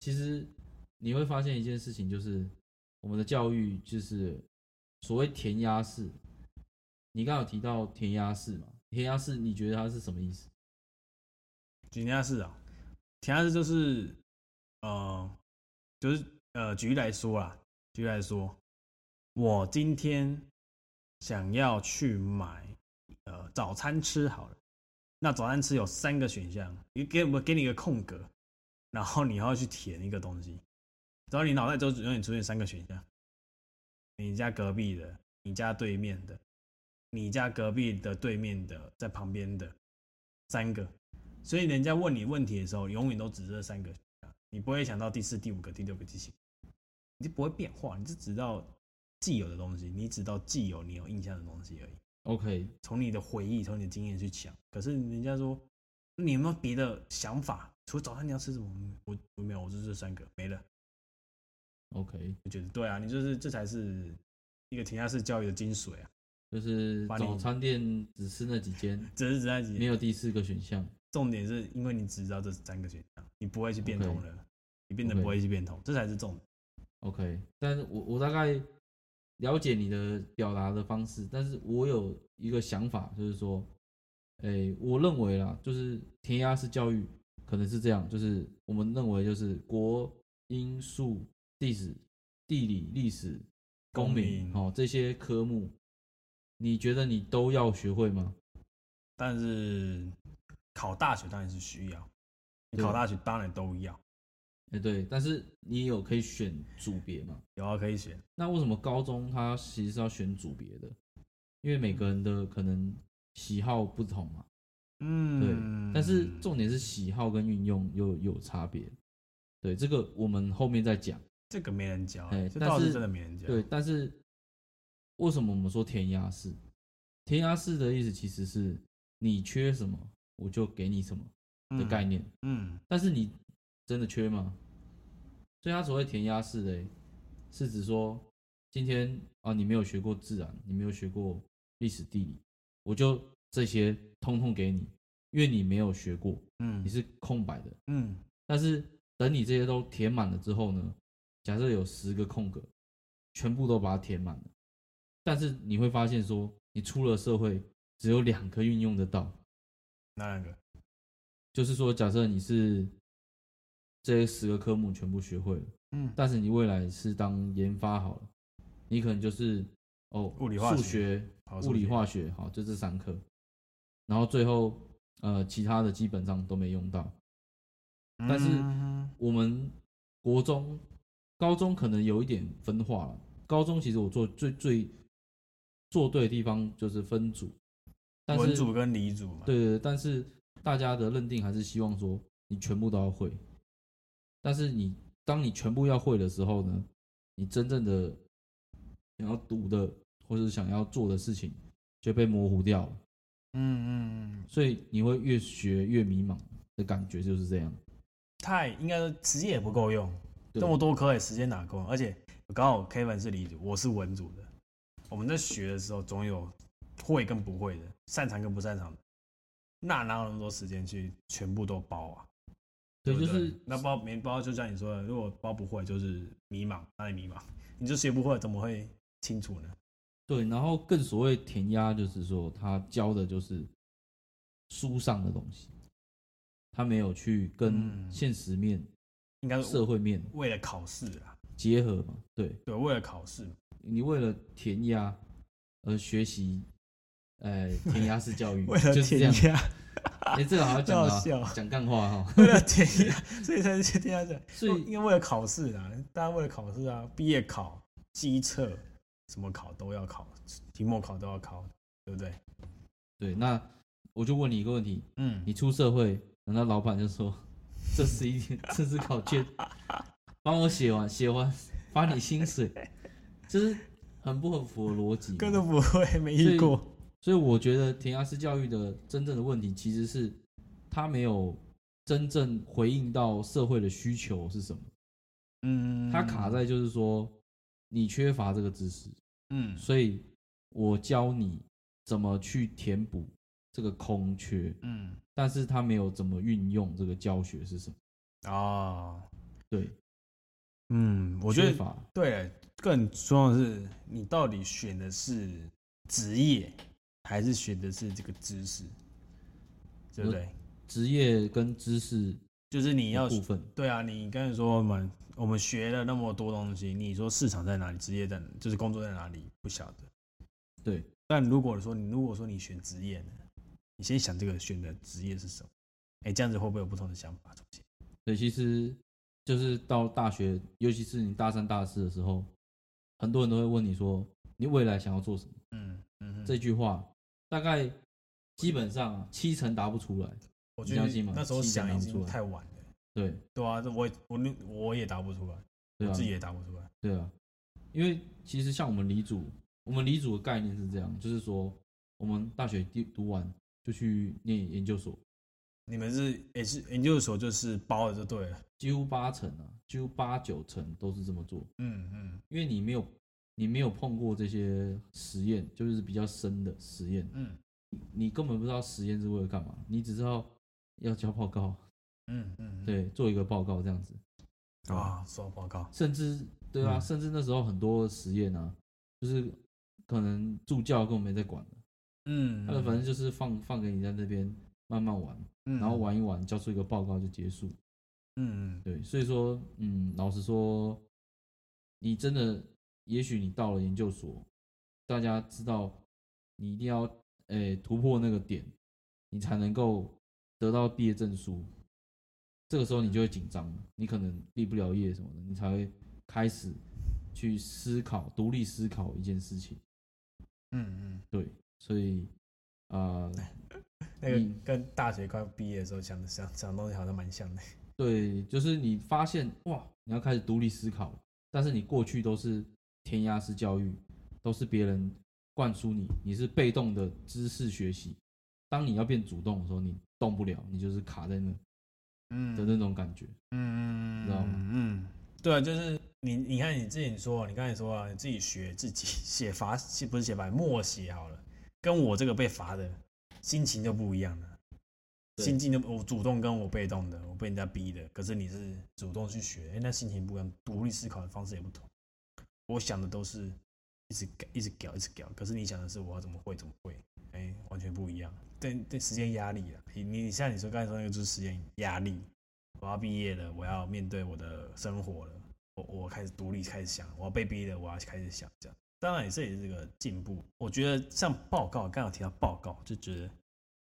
其实你会发现一件事情，就是我们的教育就是所谓填鸭式。你刚刚有提到填鸭式嘛？填鸭式，你觉得它是什么意思？填鸭式啊，填鸭式就是，呃，就是呃，举例来说啦，举例来说，我今天想要去买呃早餐吃好了，那早餐吃有三个选项，你给我给你一个空格，然后你要去填一个东西，然后你脑袋就永远出现三个选项，你家隔壁的，你家对面的，你家隔壁的对面的，在旁边的三个。所以人家问你问题的时候，永远都只这三个选项，你不会想到第四、第五个、第六个、第七个，你就不会变化，你就只知道既有的东西，你只知道既有你有印象的东西而已， OK，从你的回忆、从你的经验去想。可是人家说，你有没有别的想法？除了早餐你要吃什么？我我没有，我就这三个没了。 OK，我觉得对啊，你就是这才是一个停下式教育的精髓啊，就是把你早餐店只吃那几间，只是只在没有第四个选项。重点是因为你只知道这三个选项，你不会去变 OK 通了，你变得 OK 不会去变通，这才是重点。 OK，但是我我大概了解你的表达的方式，但是我有一个想法，就是说，哎、我认为啦，就是填鸭式教育可能是这样，就是我们认为就是国英数历史、地理、历史、公民公民哦这些科目，你觉得你都要学会吗？但是考大学当然是需要，你对考大学当然都要，哎、对，但是你有可以选组别嘛？有啊可以选。那为什么高中它其实是要选组别的？因为每个人的可能喜好不同嘛。嗯，但是重点是喜好跟运用有有差别。对，这个我们后面再讲。这个没人教、啊哎这但倒是是真的没人教。对，，但是为什么我们说填鸭式？填鸭式的意思其实是你缺什么，我就给你什么的概念。嗯，但是你真的缺吗？所以它所谓填鸭式的，欸是指说今天啊，你没有学过自然，你没有学过历史地理，我就这些通通给你，因为你没有学过，嗯你嗯是空白的。嗯，但是等你这些都填满了之后呢，假设有十个空格，全部都把它填满了，但是你会发现说，你出了社会只有两个运用得到，哪两个？就是说，假设你是这十个科目全部学会了，嗯，但是你未来是当研发好了，你可能就是哦，物理化数学学、跑物理数学化学，好，就这三科，然后最后呃，其他的基本上都没用到。但是嗯我们国中、高中可能有一点分化了。高中其实我做最最做对的地方就是分组，但文是组跟理组嘛，对对，对，但是大家的认定还是希望说你全部都要会。但是你当你全部要会的时候呢，你真正的想要读的或者想要做的事情就被模糊掉了，嗯嗯嗯，所以你会越学越迷茫的感觉就是这样。太应该说时间也不够用，对这么多科也时间哪够？而且刚好 Kevin 是理组，我是文组的，我们在学的时候总有会跟不会的，擅长跟不擅长的，那哪有那么多时间去全部都包啊？对，不就是那包没包，就像你说的，如果包不会，就是迷茫，哪里迷茫？你就学不会，怎么会清楚呢？对，然后更所谓填鸭，就是说他教的就是书上的东西，他没有去跟嗯呃现实面、应该是社会面为了考试啦，结合嘛。对对，为了考试，你为了填鸭而学习，呃，填鸭式教育 为了就是这样填。鸭，哎、这个好像讲 好到笑讲干话哈、为了填鸭，所以才是填鸭的。所以哦因为为了考试啊，大家为了考试啊，毕业考、机测什么考都要考，期末考都要考，对不对？对，那我就问你一个问题：嗯，你出社会，难道老板就说 这是一天 这是考卷，帮我写完，写完发你薪 水，就是很不合符合逻辑嘛。根本不会，没遇过。所以我觉得填鸭式教育的真正的问题其实是他没有真正回应到社会的需求是什么，嗯，他卡在就是说你缺乏这个知识，嗯所以我教你怎么去填补这个空缺，嗯但是他没有怎么运用这个教学是什么。哦，对，嗯，我觉得缺乏对，更重要的是，你到底选的是职业，还是选的是这个知识，对不对？职业跟知识就是你要的部分，对啊，你刚才说我们我们学了那么多东西，你说市场在哪里，职业在哪就是工作在哪里，不晓得。对，但如果说你如果说你选职业呢，你先想这个选的职业是什么？哎，这样子会不会有不同的想法出现？对，其实就是到大学，尤其是你大三、大四的时候，很多人都会问你说，你未来想要做什么？嗯嗯哼，这句话大概基本上啊七成答不出来。我你觉得相信吗那时候气氛想拿已不出经来太晚了。对，对啊，这我也我那我也答不出来，对我啊自，己也答不出来。对啊，因为其实像我们理组，我们理组的概念是这样，就是说我们大学读读完就去念研究所，你们是也是研究所就是包了就对了。几乎八成啊，几乎八九成都是这么做，嗯嗯因为你没有你没有碰过这些实验，就是比较深的实验，嗯你根本不知道实验是为了干嘛，你只知道要交报告，嗯嗯，对，做一个报告这样子，啊，收报告。甚至对啊，嗯甚至那时候很多实验啊，就是可能助教根本没在管的，嗯，他的反正就是放放给你在那边慢慢玩，嗯然后，玩一玩，交出一个报告就结束。嗯嗯对，所以说，嗯，老实说，你真的，也许你到了研究所，大家知道你一定要，诶、突破那个点，你才能够得到毕业证书。这个时候你就会紧张，你可能毕不了业什么的，你才会开始去思考，独立思考一件事情。嗯对，所以，啊、嗯，那个你跟大学快毕业的时候想的想想的东西好像蛮像的。对，就是你发现哇，你要开始独立思考了，但是你过去都是填鸭式教育，都是别人灌输你，你是被动的知识学习。当你要变主动的时候，你动不了，你就是卡在那嗯的那种感觉。嗯知道吗嗯，对啊，就是你你看你自己说，你刚才说啊，你自己学自己写罚写不是写罚默写好了，跟我这个被罚的心情就不一样了。对心境的我主动跟我被动的，我被人家逼的，可是你是主动去学，哎那心情不一样，独立思考的方式也不同。我想的都是一直改，一直搞，一直搞，可是你想的是我要怎么会怎么会，哎、完全不一样。对对，时间压力啊，你你像你说刚才说那个就是时间压力，我要毕业了，我要面对我的生活了，我我开始独立开始想，我要被逼了，我要开始想这样。当然，这也是个进步。我觉得像报告，刚刚有提到报告，就觉得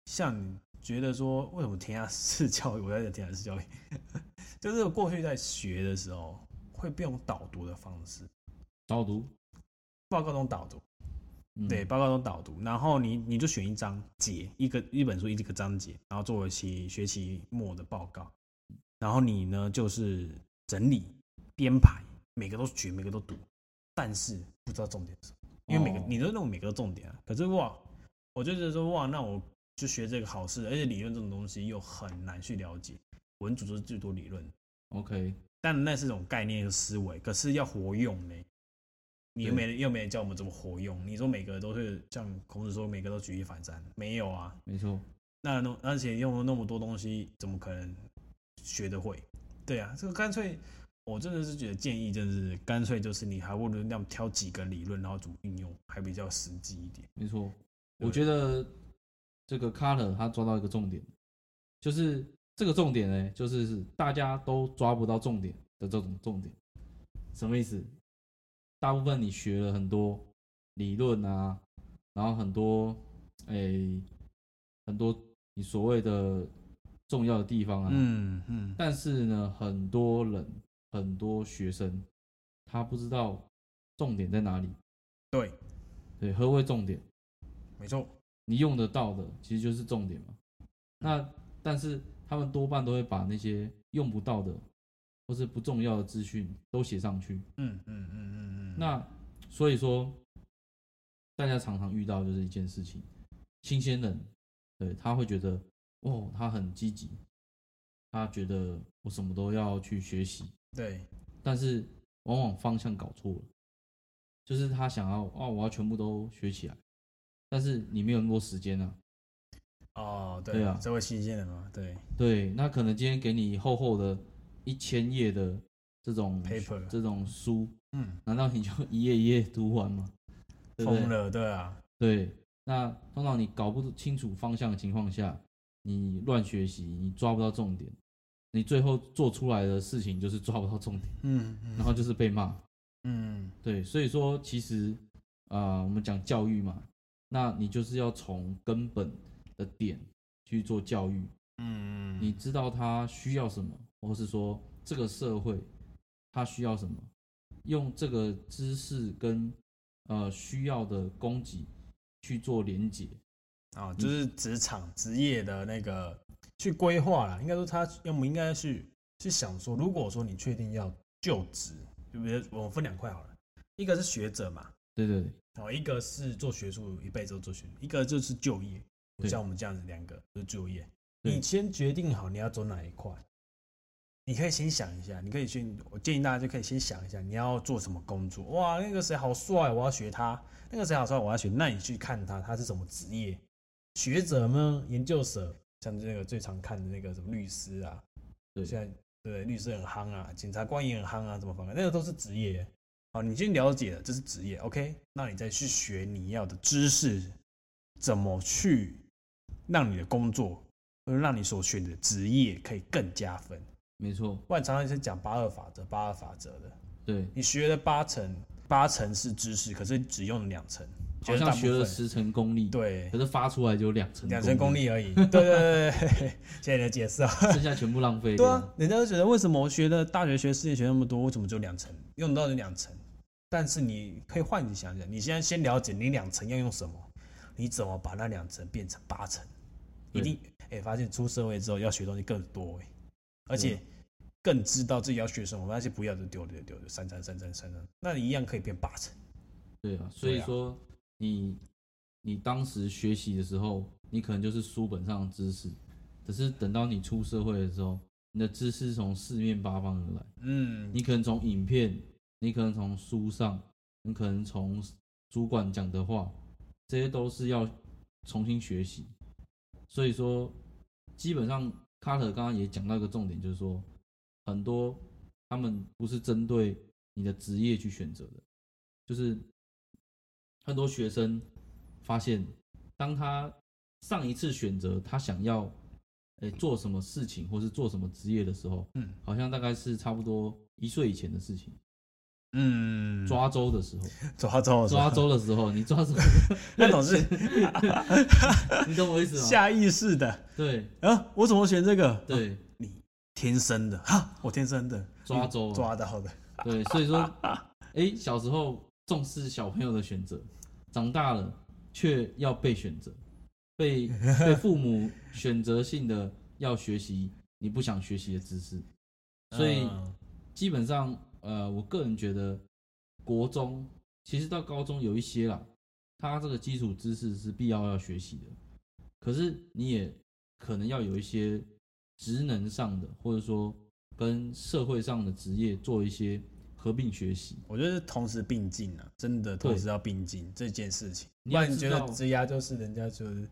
像你觉得说，为什么填鸭式教育？我在讲填鸭式教育， 就是我过去在学的时候会不用导读的方式，导读，报告中导读，嗯、对，，报告中导读，然后你你就选一章节，一个一本书一个章节，然后作为其学期末的报告，然后你呢就是整理编排，每个都学，每个都读，但是不知道重点是什么，因为每个、哦你都认为每个都重点啊，可是哇，我就觉得说哇，那我就学这个好事，而且理论这种东西又很难去了解，文组就是最多理论的 OK，但那是一种概念和思维，可是要活用呢，你又对没人又没人教我们怎么活用。你说每个都是像孔子说每个都举一反三，没有啊？没错，那那而且用了那么多东西，怎么可能学得会？对啊，这个干脆我真的是觉得建议真的是干脆就是你还不如那样挑几个理论，然后怎么应用，还比较实际一点。没错。对我觉得这个 Color 他抓到一个重点，就是这个重点呢，就是是大家都抓不到重点的这种重点。什么意思？大部分你学了很多理论啊，然后很多诶、很多你所谓的重要的地方啊，嗯嗯但是呢，很多人很多学生他不知道重点在哪里。对，对，何为重点？没错。你用得到的其实就是重点嘛。那但是他们多半都会把那些用不到的或是不重要的资讯都写上去。嗯嗯嗯嗯嗯。那所以说，大家常常遇到就是一件事情，新鲜人，对他会觉得，哦，他很积极，他觉得我什么都要去学习，对，但是往往方向搞错了，就是他想要哦，我要全部都学起来，但是你没有那么多时间啊，哦对对啊哦这会新鲜的嘛，对，对，那可能今天给你厚厚的一千页的这种 Paper 这种书，嗯，难道你就一页一页读完吗？对不对疯？了，对啊，对，那通常你搞不清楚方向的情况下，你乱学习，你抓不到重点，你最后做出来的事情就是抓不到重点，嗯然后就是被骂。嗯对，所以说其实啊、呃我们讲教育嘛，那你就是要从根本的点去做教育，嗯，你知道他需要什么，或是说这个社会他需要什么，用这个知识跟呃需要的供给去做连接。啊、就是职场职业的那个去规划啦。应该说他，要么应该去去想说，如果说你确定要就职，就比如我分两块好了，一个是学者嘛，对对对，然后一个是做学术一辈子都做学术，一个就是就业，对像我们这样子两个就是就业。对你先决定好你要走哪一块，你可以先想一下，你可以去，我建议大家就可以先想一下你要做什么工作。哇，那个谁好帅，我要学他；那个谁好帅，我要学。那你去看他，他是什么职业？学者吗？研究者？像这个最常看的那个什么律师啊，对现在对律师很夯啊，检察官也很夯啊，什么方面，那个都是职业。好，你先了解了这是职业，OK，那你再去学你要的知识，怎么去让你的工作，呃让你所选的职业可以更加分。没错，不然常常是讲八二法则，八二法则的，对，你学了八成，八成是知识，可是只用了两成，好绝大像部学了分十成功力，，对可是发出来就两成两成功功力，力而已。对对对 对对，谢谢你的解释啊。 剩下全部浪费对掉。啊，人家都觉得为什么我学的大学学世界学那么多，为什么只有两层用到你两层？但是你可以换你想想，你现在先了解你两层要用什么，你怎么把那两层变成八层？一对定哎、发现出社会之后要学东西更多哎、而对且更知道自己要学什么，那些不要就丢了就丢了，删删删删删删，那你一样可以变八层。对啊，所以对啊说你你当时学习的时候，你可能就是书本上的知识，可是等到你出社会的时候，你的知识是从四面八方而来，嗯你可能从影片，你可能从书上，你可能从主管讲的话，这些都是要重新学习。所以说，基本上卡特刚刚也讲到一个重点，就是说很多他们不是针对你的职业去选择的，就是很多学生发现，当他上一次选择他想要诶、做什么事情或是做什么职业的时候，嗯好像大概是差不多一岁以前的事情，嗯，抓周的时候，抓走抓周啊的时候，你抓什么？ 那 种是你懂我意思吗？下意识的对啊，我怎么选这个？啊对天生的哈，我天生的抓周啊抓到的，对，所以说， 诶，小时候重视小朋友的选择，长大了却要被选择，被 被父母选择性的要学习你不想学习的知识，所以嗯基本上，呃，我个人觉得，国中其实到高中有一些啦，它这个基础知识是必要要学习的，可是你也可能要有一些职能上的，或者说跟社会上的职业做一些合并学习。我觉得是同时并进啊，真的同时要并进这件事情。你不要然你觉得知道职涯就是人家就是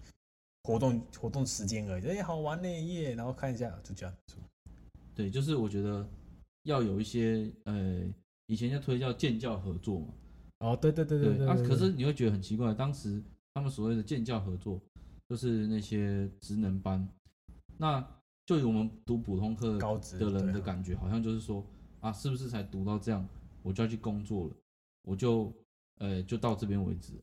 活动活动时间而已，哎、好玩呢耶，然后看一下就这样子。对，就是我觉得要有一些呃，以前就推叫建教合作嘛，哦，对对对对啊，可是你会觉得很奇怪，当时他们所谓的建教合作，就是那些职能班，那就以我们读普通课高职的人对的啊感觉，好像就是说啊，是不是才读到这样，我就要去工作了，我就呃就到这边为止了。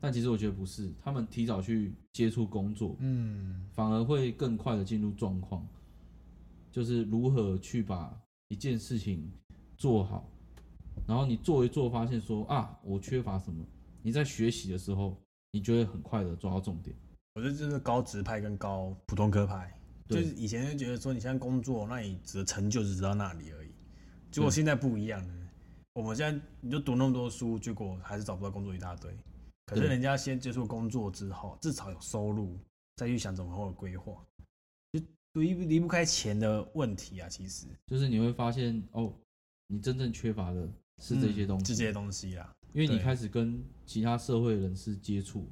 但其实我觉得不是，他们提早去接触工作，嗯反而会更快的进入状况，就是如何去把一件事情做好，然后你做一做，发现说啊，我缺乏什么，你在学习的时候，你就会很快的抓到重点。我觉得就是高职派跟高普通科派，就对是以前就觉得说你现在工作，那你的成就只知道那里而已。结果对现在不一样了，我们现在你就读那么多书，结果还是找不到工作一大堆。可是对人家先接触工作之后，至少有收入，再去想怎么后的规划，就离不离不开钱的问题啊。其实就是你会发现哦，你真正缺乏的是这些东西，是嗯这些东西啊啦。因为你对开始跟其他社会人士接触，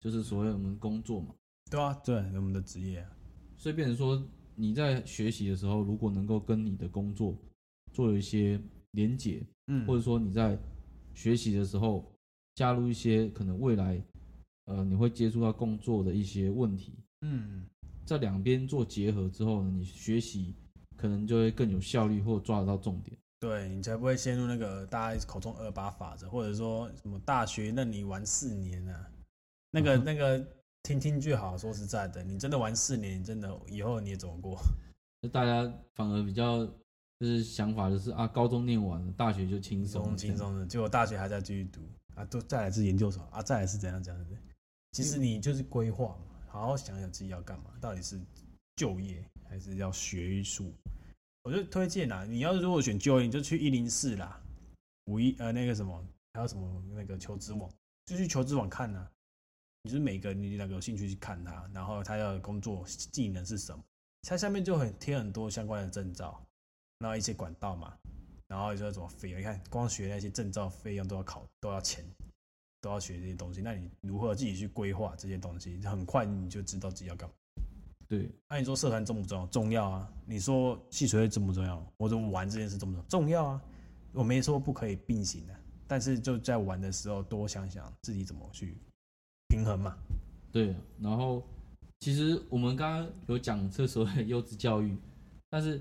就是所谓我们工作嘛，对啊，对我们的职业啊、所以变成说你在学习的时候，如果能够跟你的工作做一些连结，嗯，或者说你在学习的时候加入一些可能未来呃你会接触到工作的一些问题，嗯在两边做结合之后呢，你学习可能就会更有效率或抓得到重点。对你才不会陷入那个大家口中二八法则，或者说什么大学让你玩四年啊，那个那个听听就好。说实在的，你真的玩四年，你真的以后你也走不过。那大家反而比较就是想法就是啊，高中念完了，大学就轻轻松松了轻这样。松的，结果大学还在继续读啊，都再来是研究所啊，再来是怎样怎样的。其实你就是规划嘛，好好想想自己要干嘛，到底是就业还是要学术。我就推荐啦，你要是如果选就业，你就去一零四啦，五一呃那个什么，还有什么那个求职网，就去求职网看呐、你就是每个你那个有兴趣去看它，然后它要的工作技能是什么，它下面就很贴很多相关的证照，然后一些管道嘛，然后就要怎么费用？你看，光学那些证照费用都要考，都要钱，都要学这些东西。那你如何自己去规划这些东西？很快你就知道自己要干嘛。对，那、你说社团重不重要？重要啊！你说戏水会重不重要？或者玩这件事重不重要？重要啊！我没说不可以并行的、但是就在玩的时候多想想自己怎么去平衡嘛。对，然后其实我们刚刚有讲这所谓的优质教育，但是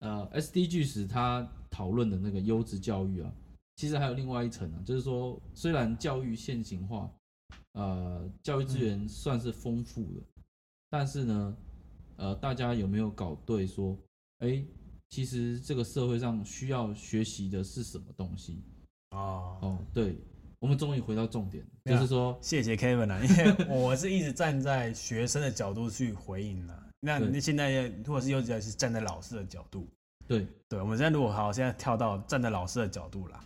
呃，SDG 时他讨论的那个优质教育啊，其实还有另外一层啊，就是说虽然教育现行化，呃，教嗯育资源算是丰富的，但是呢，呃，大家有没有搞对说，哎，其实这个社会上需要学习的是什么东西？哦，哦，对，我们终于回到重点了，对啊就是说。谢谢 Kevin 啊，因为我是一直站在学生的角度去回应啊。那对你现在如果是幼稚园是站在老师的角度，对对，我们现在如果好，现在跳到站在老师的角度啦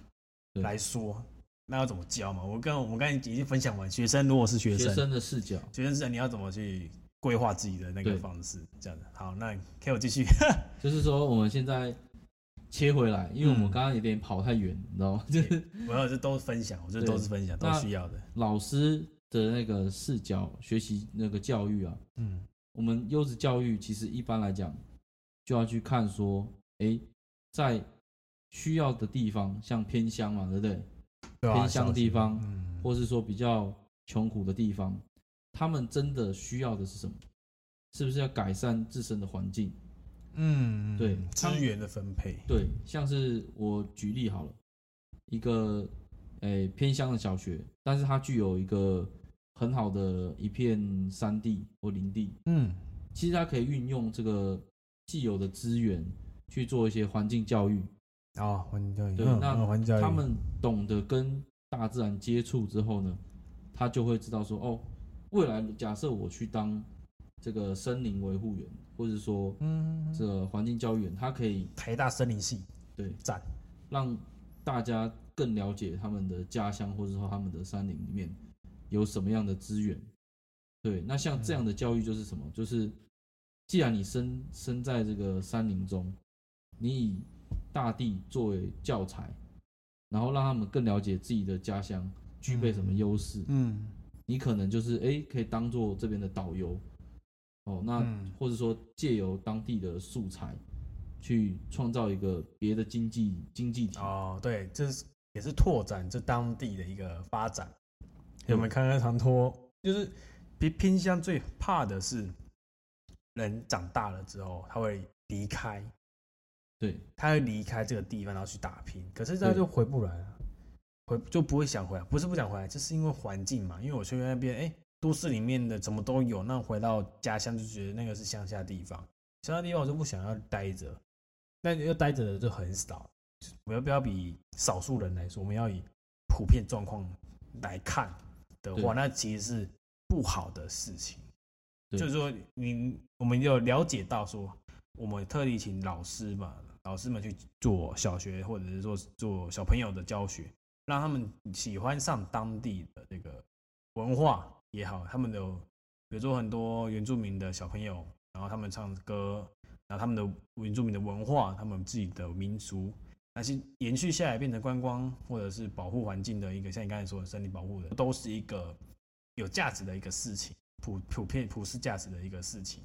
对来说，那要怎么教嘛？我跟我们刚才已经分享完，学生如果是学学生，生的视角，学生是你要怎么去规划自己的那个对方式，这样的。好，那 K 我继续，就是说我们现在切回来，因为我们嗯刚刚有点跑太远，你知道吗？ 就是我要是都是分享，我这对都是分享，都那需要的。 老师的那个视角，学习那个教育啊，嗯，我们优质教育其实一般来讲，就要去看说，诶，在需要的地方，像偏乡嘛，对不对？对啊偏乡地方，嗯，或是说比较穷苦的地方，他们真的需要的是什么？是不是要改善自身的环境？嗯，对资源的分配，对，像是我举例好了，一个诶、偏乡的小学，但是它具有一个很好的一片山地或林地，嗯，其实它可以运用这个既有的资源去做一些环境教育。哦，环教育，对嗯那嗯环教育，他们懂得跟大自然接触之后呢，他就会知道说，哦，未来假设我去当这个森林维护员，或者说嗯，这个环境教育员，他可以台大森林系，对，赞让大家更了解他们的家乡，或者说他们的山林里面有什么样的资源。对，那像这样的教育就是什么？就是既然你身身在这个山林中，你以大地作为教材，然后让他们更了解自己的家乡具备什么优势。嗯，你可能就是诶，可以当做这边的导游，哦，那嗯或者说借由当地的素材，去创造一个别的经济经济体。哦，对，这是也是拓展这当地的一个发展。有没有看到常托？就是偏偏乡最怕的是人长大了之后，他会离开，对他会离开这个地方，然后去打拼。可是他对就回不来了，回就不会想回来，不是不想回来，就是因为环境嘛。因为我去那边，哎、都市里面的怎么都有，那回到家乡就觉得那个是乡下地方，乡下地方我就不想要待着，但要待着的就很少。我们要不要比少数人来说，我们要以普遍状况来看的话，对那其实是不好的事情。对就是说你，我们有了解到说，我们特地请老师嘛，老师们去做小学或者是做做小朋友的教学，让他们喜欢上当地的这个文化也好，他们的比如说很多原住民的小朋友，然后他们唱歌，然后他们的原住民的文化，他们自己的民俗，那些延续下来变成观光或者是保护环境的一个，像你刚才说的森林保护的，都是一个有价值的一个事情，普普遍普世价值的一个事情。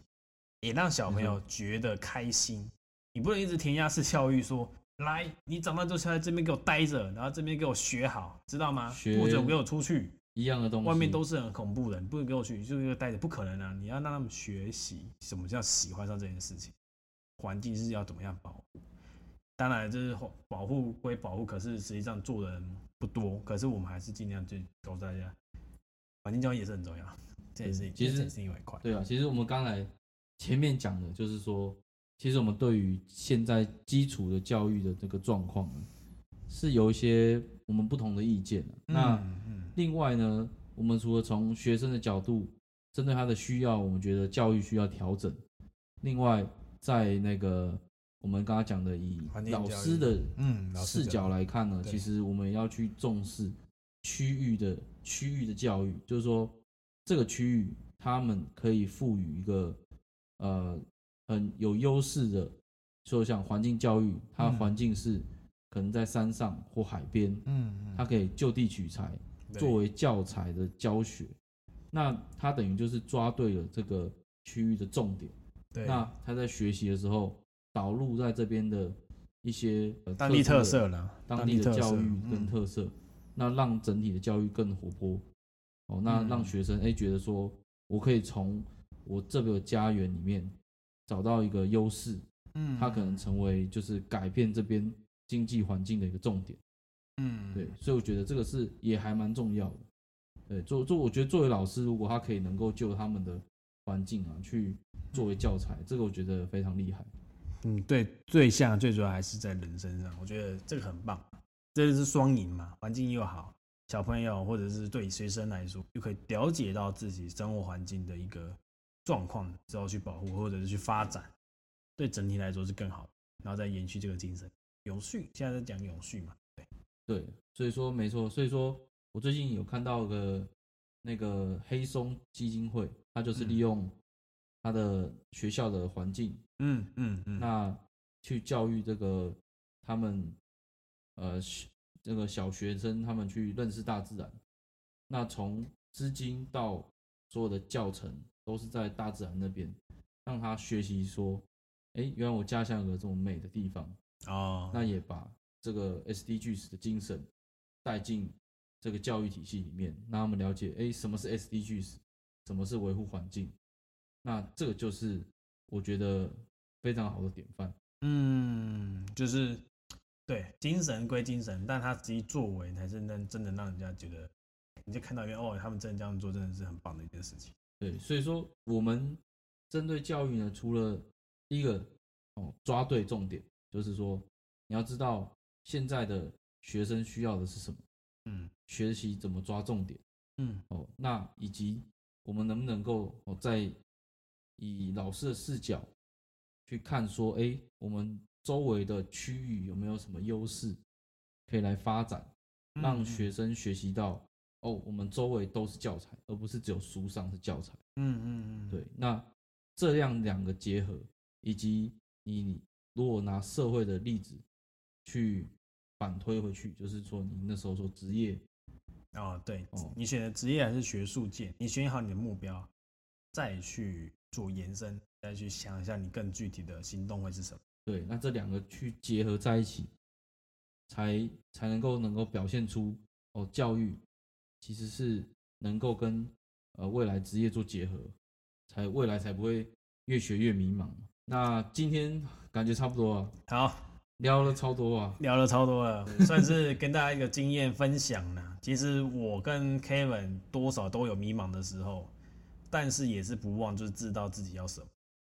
也让小朋友觉得开心。你不能一直填鸭式教育说，来，你长大之后就在这边给我待着，然后这边给我学好，知道吗？学不准给我出去，一样的东西，外面都是很恐怖的，你不能给我去，就是给我待着，不可能啊！你要让他们学习什么叫喜欢上这件事情，环境是要怎么样保护。当然，就是保保护归保护，可是实际上做的人不多，可是我们还是尽量就告诉大家，环境教育也是很重要，这也是其实这也是另外一块。对啊，其实我们刚才前面讲的就是说，其实我们对于现在基础的教育的这个状况呢，是有一些我们不同的意见的。那嗯嗯另外呢，我们除了从学生的角度，针对他的需要，我们觉得教育需要调整。另外，在那个我们刚刚讲的以环境教老育师的嗯，老师视角来看呢，对其实我们要去重视区域的区域的教育，就是说这个区域他们可以赋予一个呃很有优势的，说像环境教育，它嗯环境是可能在山上或海边，嗯它可以就地取材作为教材的教学，那它等于就是抓对了这个区域的重点。对那他在学习的时候导入在这边的一些、呃当地殊的特色呢，当地的特色教育跟嗯特色，那让整体的教育更活泼。哦，那嗯让学生哎、诶觉得说，我可以从我这个家园里面找到一个优势，嗯它可能成为就是改变这边经济环境的一个重点。嗯对，所以我觉得这个是也还蛮重要的。对，做做，我觉得作为老师，如果他可以能够就他们的环境啊，去作为教材，这个我觉得非常厉害。嗯，对，最像最主要还是在人身上，我觉得这个很棒，这就是双赢嘛，环境又好，小朋友或者是对学生来说，就可以了解到自己生活环境的一个状况之后去保护或者是去发展，对整体来说是更好的，然后再延续这个精神，永续，现在在讲永续嘛，对，对，所以说没错，所以说我最近有看到个那个黑松基金会，它就是利嗯用它的学校的环境，嗯嗯嗯，那去教育这个他们呃小这个小学生他们去认识大自然。那从资金到所有的教程都是在大自然那边，让他学习说，哎，原来我家乡有个这么美的地方，哦，那也把这个 SDGs 的精神带进这个教育体系里面，让他们了解，哎，什么是 SDGs，什么是维护环境，那这个就是我觉得非常好的典范。嗯，就是对精神归精神，但他实际作为才是能真的让人家觉得，你就看到一个哦，他们真的这样做，真的是很棒的一件事情。对，所以说我们针对教育呢，除了第一个哦抓对重点，就是说你要知道现在的学生需要的是什么，嗯学习怎么抓重点。嗯哦，那以及我们能不能够哦，在以老师的视角去看说，哎，我们周围的区域有没有什么优势可以来发展，嗯让学生学习到哦，我们周围都是教材，而不是只有书上是教材。嗯嗯嗯，对，那这样两个结合，以及你如果拿社会的例子去反推回去，就是说你那时候说职业哦对哦，你选的职业还是学术界，你选好你的目标，再去做延伸，再去想一下你更具体的行动会是什么。对，那这两个去结合在一起，才才能够能够表现出哦，教育其实是能够跟呃未来职业做结合，才未来才不会越学越迷茫。那今天感觉差不多啊，好，聊了超多啊，聊了超多了，算是跟大家一个经验分享啦。其实我跟 Kevin 多少都有迷茫的时候，但是也是不忘就是知道自己要什么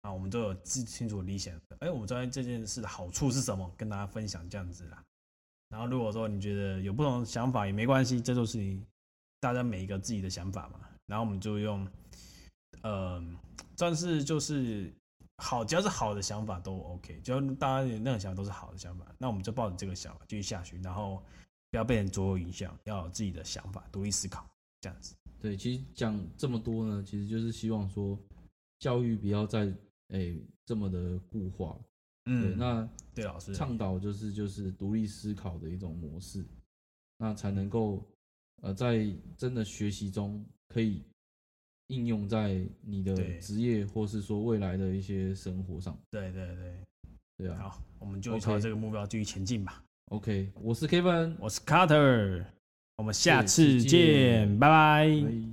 啊，我们都有自清楚理想。哎、我们知道这件事的好处是什么，跟大家分享这样子啦。然后如果说你觉得有不同的想法也没关系，这就是你大家每一个自己的想法嘛。然后我们就用，呃，算是就是好，只要是好的想法都 OK，只要大家有那种想法都是好的想法，那我们就抱着这个想法继续下去，然后不要被人左右影响，要有自己的想法，独立思考，这样子。对，其实讲这么多呢，其实就是希望说教育不要再哎这么的固化。嗯对，嗯那对老师，倡导就是就是独立思考的一种模式，那才能够呃在真的学习中可以应用在你的对职业或是说未来的一些生活上，对对对，对啊。好，我们就 OK 朝这个目标继续前进吧。 OK，我是 Kevin，我是 Carter，我们下下次次见，见拜拜拜